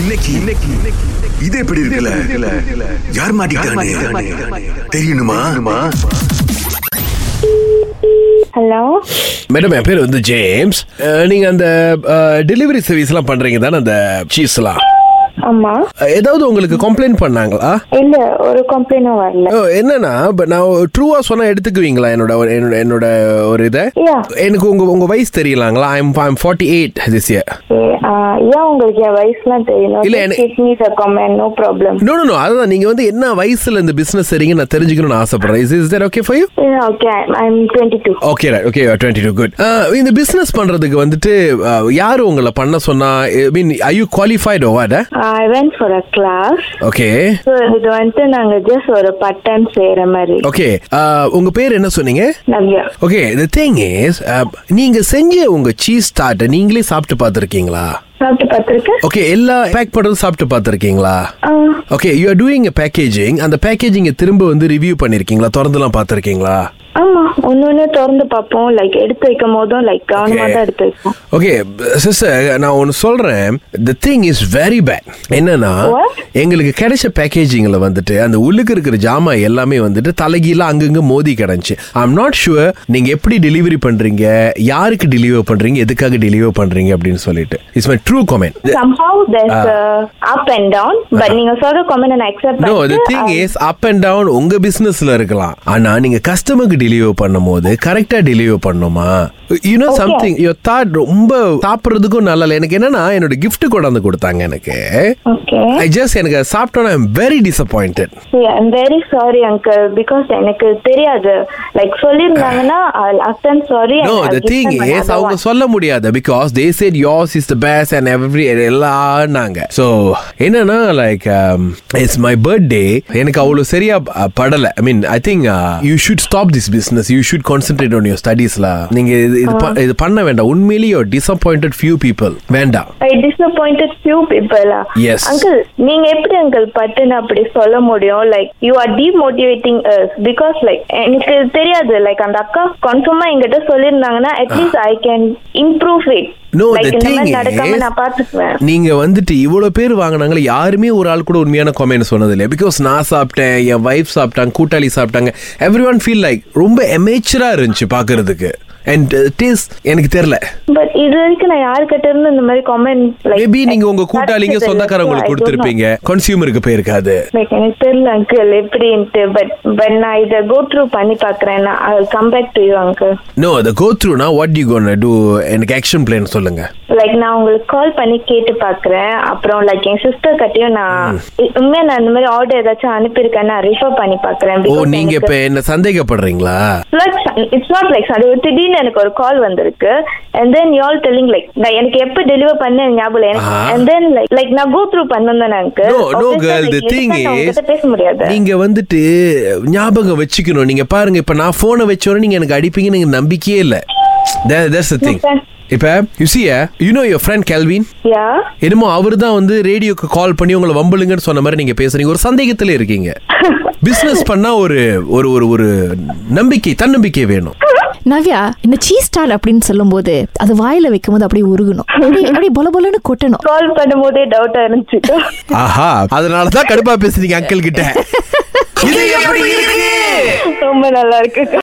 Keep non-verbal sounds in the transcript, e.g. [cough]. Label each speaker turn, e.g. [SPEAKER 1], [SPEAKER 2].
[SPEAKER 1] இன்னைக்கு இன்னைக்கு இன்னைக்கு- இது எப்படி இருக்குல்ல யார் மாட்டிக்கிட்டானே தெரியணுமா
[SPEAKER 2] ஹலோ
[SPEAKER 3] மேடம் என் பேர் வந்து ஜேம்ஸ் அஹ், நீங்க அந்த டெலிவரி சர்வீஸ்லாம் பண்றீங்க தானே அந்த சீஸ்லாம்
[SPEAKER 2] ஆமா
[SPEAKER 3] அஹ், ஏதாவது உங்களுக்கு கம்ப்ளைண்ட் பண்ணாங்களா
[SPEAKER 2] இல்ல ஒரு கம்ப்ளைண்டும் வரல
[SPEAKER 3] ஓ, என்னன்னா இப்ப நான் ட்ரூவா சொன்னா எடுத்துக்குவீங்களா என்னோட ஒரு- என்னோட என்னோட ஒரு இதை
[SPEAKER 2] Yeah.
[SPEAKER 3] எனக்கு உங்க உங்க வயசு தெரியலாங்களா I'm I'm forty eight this year
[SPEAKER 2] ஏ- ஆ, ஏன் உங்களுக்கு என் வயசுலாம் தெரியணும்
[SPEAKER 3] இல்ல, எனக்கு-
[SPEAKER 2] கிட்னி சர்க்கமெண்ட் no problem
[SPEAKER 3] no no no அதான் நீங்க வந்து என்ன வயசுல இந்த பிசினஸ் சரிங்க நான் தெரிஞ்சுக்கணும்னு ஆசைப்படுறேன் is is there okay for you
[SPEAKER 2] okay I am twenty two
[SPEAKER 3] okay right okay twenty two good இந்த பிசினஸ் பண்றதுக்கு வந்துட்டு அஹ், யாரு உங்களை பண்ண சொன்னா I mean I you qualified ஓவாட
[SPEAKER 2] I went for a class
[SPEAKER 3] okay
[SPEAKER 2] so இது வந்துட்டு நாங்க ஜஸ்ட் ஒரு பார்ட் டைம் செய்யற மாதிரி
[SPEAKER 3] ஓகே uh, உங்க பேர் என்ன சொன்னீங்க
[SPEAKER 2] Navya
[SPEAKER 3] okay the thing is uh, நீங்க செஞ்ச உங்க சீஸ் ஸ்டார்ட்டை நீங்களே சாப்பிட்டு பார்த்துருக்கீங்களா
[SPEAKER 2] சாப்பிட்டு பார்த்துருக்கேன்
[SPEAKER 3] ஓகே எல்லா பேக் பண்ணுறது சாப்பிட்டு பார்த்துருக்கீங்களா okay you are doing a packaging அந்த பேக்கேஜிங்கை திரும்ப வந்து ரிவ்யூ பண்ணிருக்கீங்களா திறந்துலாம் பார்த்துருக்கீங்களா
[SPEAKER 2] ஆமா ஒன்னு ஒன்னு திறந்து பார்ப்போம் லைக் எடுத்து வைக்கும் போதும் லைக் கவனமா தான் எடுத்து வைப்போம்
[SPEAKER 3] ஓகே சிஸ்டர் நான் ஒன்று சொல்கிறேன் the thing is very bad என்னன்னா
[SPEAKER 2] What?
[SPEAKER 3] எங்களுக்கு கிடைச்ச பேக்கேஜிங்கில் வந்துட்டு அந்த உள்ளுக்கு இருக்கிற ஜாமான் எல்லாமே வந்துட்டு தலைகீழ அங்கங்கே மோதி கிடந்துச்சு ஐ எம் நாட் ஷுவர் நீங்கள் எப்படி டெலிவரி பண்ணுறீங்க யாருக்கு டெலிவர் பண்ணுறீங்க எதுக்காக டெலிவர் பண்ணுறீங்க அப்படின்னு சொல்லிட்டு it's my true comment
[SPEAKER 2] somehow there's uh, up and down but நீங்க சொல்ற கமெண்ட் நான் accept
[SPEAKER 3] no the thing is up and down உங்க பிசினஸ்ல இருக்கலாம் ஆனா நீங்க கஸ்டமருக்கு டெலிவர் பண்ணும்போது கரெக்டா டெலிவர் பண்ணுமா you know something your thought ரொம்ப சாப்பிடுறதுக்கும் நல்லா இல்லை எனக்கு என்னன்னா என்னோட gift கொண்டாந்து கொடுத்தாங்க எனக்கு
[SPEAKER 2] ஓகே
[SPEAKER 3] ஐ ஜஸ்ட் எனக்கு அதை சாப்பிட்டோன்னா I'm very disappointed
[SPEAKER 2] I'm very sorry uncle because எனக்கு தெரியாது லைக் சொல்லியிருந்தாங்கன்னா last time sorry
[SPEAKER 3] no the thing is அவங்க சொல்ல முடியாது because they said yours is the best and every எல்லாம்னாங்க ஸோ என்னன்னா um, like it's my birthday எனக்கு அவ்வளோ சரியா அஹ், படல I mean I think you should stop this business you should concentrate on your ஸ்டடீஸ்ல நீங்க இது இது ப- இது பண்ண வேண்டாம் உண்மையிலேயே டிசப்பாயிண்டட் ஃபியூ பீப்புள் வேண்டாம்
[SPEAKER 2] ஐ டிசப்பாயிண்டட் ஃபியூ பீப்புளா
[SPEAKER 3] Yes.
[SPEAKER 2] அங்கிள் நீங்க எப்படி அங்கிள் பட்டுன்னு அப்படி சொல்ல முடியும் like you are demotivating us because like எனக்கு தெரியாது லைக் அந்த அக்கா கன்ஃபார்மா என்கிட்ட சொல்லியிருந்தாங்கன்னா
[SPEAKER 3] Ah.
[SPEAKER 2] At least I can improve it
[SPEAKER 3] no the
[SPEAKER 2] like இந்த
[SPEAKER 3] திங்
[SPEAKER 2] மாதிரி நடக்காம நான் பாத்துக்குவேன்
[SPEAKER 3] நீங்க வந்துட்டு இவ்வளோ பேர் வாங்கினாங்களே யாருமே ஒரு ஆள் கூட உண்மையான கமெண்ட் சொன்னது இல்லையா பிகாஸ் நான் சாப்பிட்டேன் என் ஒய்ஃப் சாப்பிட்டாங்க கூட்டாளி சாப்பிட்டாங்க எவ்ரி ஒன் ஃபீல் லைக் ரொம்ப எமேச்சரா இருந்துச்சு பாக்குறதுக்கு அண்ட் டேஸ்ட் எனக்கு தெரியல
[SPEAKER 2] பட் இது வரைக்கும் நான் யாருக்கிட்ட இருந்து இந்த மாதிரி கமெண்ட்
[SPEAKER 3] மேபி நீங்க உங்க கூட்டாளிங்க சொந்தக்காரங்களுக்கு கொடுத்துருப்பீங்க கன்சியூமருக்கு போயிருக்காது
[SPEAKER 2] லைக் எனக்கு தெரியல அங்கிள் எப்படின்ட்டு பட் பட் நான் இதை கோ த்ரூ பண்ணி பார்க்குறேன் நான் I come back to you uncle
[SPEAKER 3] no the go த்ரூனா வாட் யூ கோன் டூ எனக்கு ஆக்ஷன் பிளான் சொல்லுங்க
[SPEAKER 2] லைக் நான் உங்களுக்கு கால் பண்ணி கேட்டு பார்க்குறேன் அப்புறம் லைக் என் சிஸ்டர் கிட்டயும் நான் உண்மையாக நான் இந்த மாதிரி ஆர்டர் ஏதாச்சும் அனுப்பியிருக்கேன் நான் ரிஃபர் பண்ணி பார்க்குறேன்
[SPEAKER 3] ஓ நீங்க இப்ப என்ன சந்தேகப்படுறீங்களா
[SPEAKER 2] இட்ஸ் நாட் லைக் அது திடீர்னு எனக்கு ஒரு கால் வந்திருக்கு and then you all telling like நான் எனக்கு எப்போ டெலிவர் பண்ண ஞாபகம் இல்லை
[SPEAKER 3] ஆஹா.
[SPEAKER 2] அண்ட் தென் லைக் லைக் நான் கோ த்ரூ பண்ணேன் எனக்கு
[SPEAKER 3] no no girl the thing is
[SPEAKER 2] பேச முடியாது
[SPEAKER 3] நீங்க வந்துட்டு ஞாபகம் வச்சுக்கணும் நீங்க பாருங்க இப்ப நான் போனை வச்சோட நீங்க எனக்கு அடிப்பீங்கன்னு எனக்கு நம்பிக்கையே இல்ல That- that's the thing
[SPEAKER 2] Okay.
[SPEAKER 3] இப்ப you see uh, you know your friend Kelvin
[SPEAKER 2] யா
[SPEAKER 3] என்னமோ அவர் தான் வந்து ரேடியோக்கு கால் பண்ணி உங்களை வம்பளுங்கன்னு சொன்ன மாதிரி நீங்க பேசுறீங்க ஒரு சந்தேகத்துல இருக்கீங்க
[SPEAKER 2] [laughs]
[SPEAKER 3] பிசினஸ் பண்ணா ஒரு ஒரு ஒரு ஒரு நம்பிக்கை தன்னம்பிக்கை வேணும்
[SPEAKER 4] நவ்யா இந்த சீஸ் ஸ்டார் அப்படின்னு சொல்லும்போது அது வாயில வைக்கும் போது அப்படியே உருகணும் அப்படியே அப்படியே பொல பொலன்னு கொட்டணும்
[SPEAKER 2] கால் பண்ணும்போதே டவுட்டாக இருந்துச்சு
[SPEAKER 3] [laughs] ஆஹா
[SPEAKER 2] [laughs]
[SPEAKER 3] அதனாலதான் கடுப்பா பேசுறீங்க அங்கிள் கிட்ட இது எப்படி இருக்கு
[SPEAKER 2] ரொம்ப நல்லா இருக்கு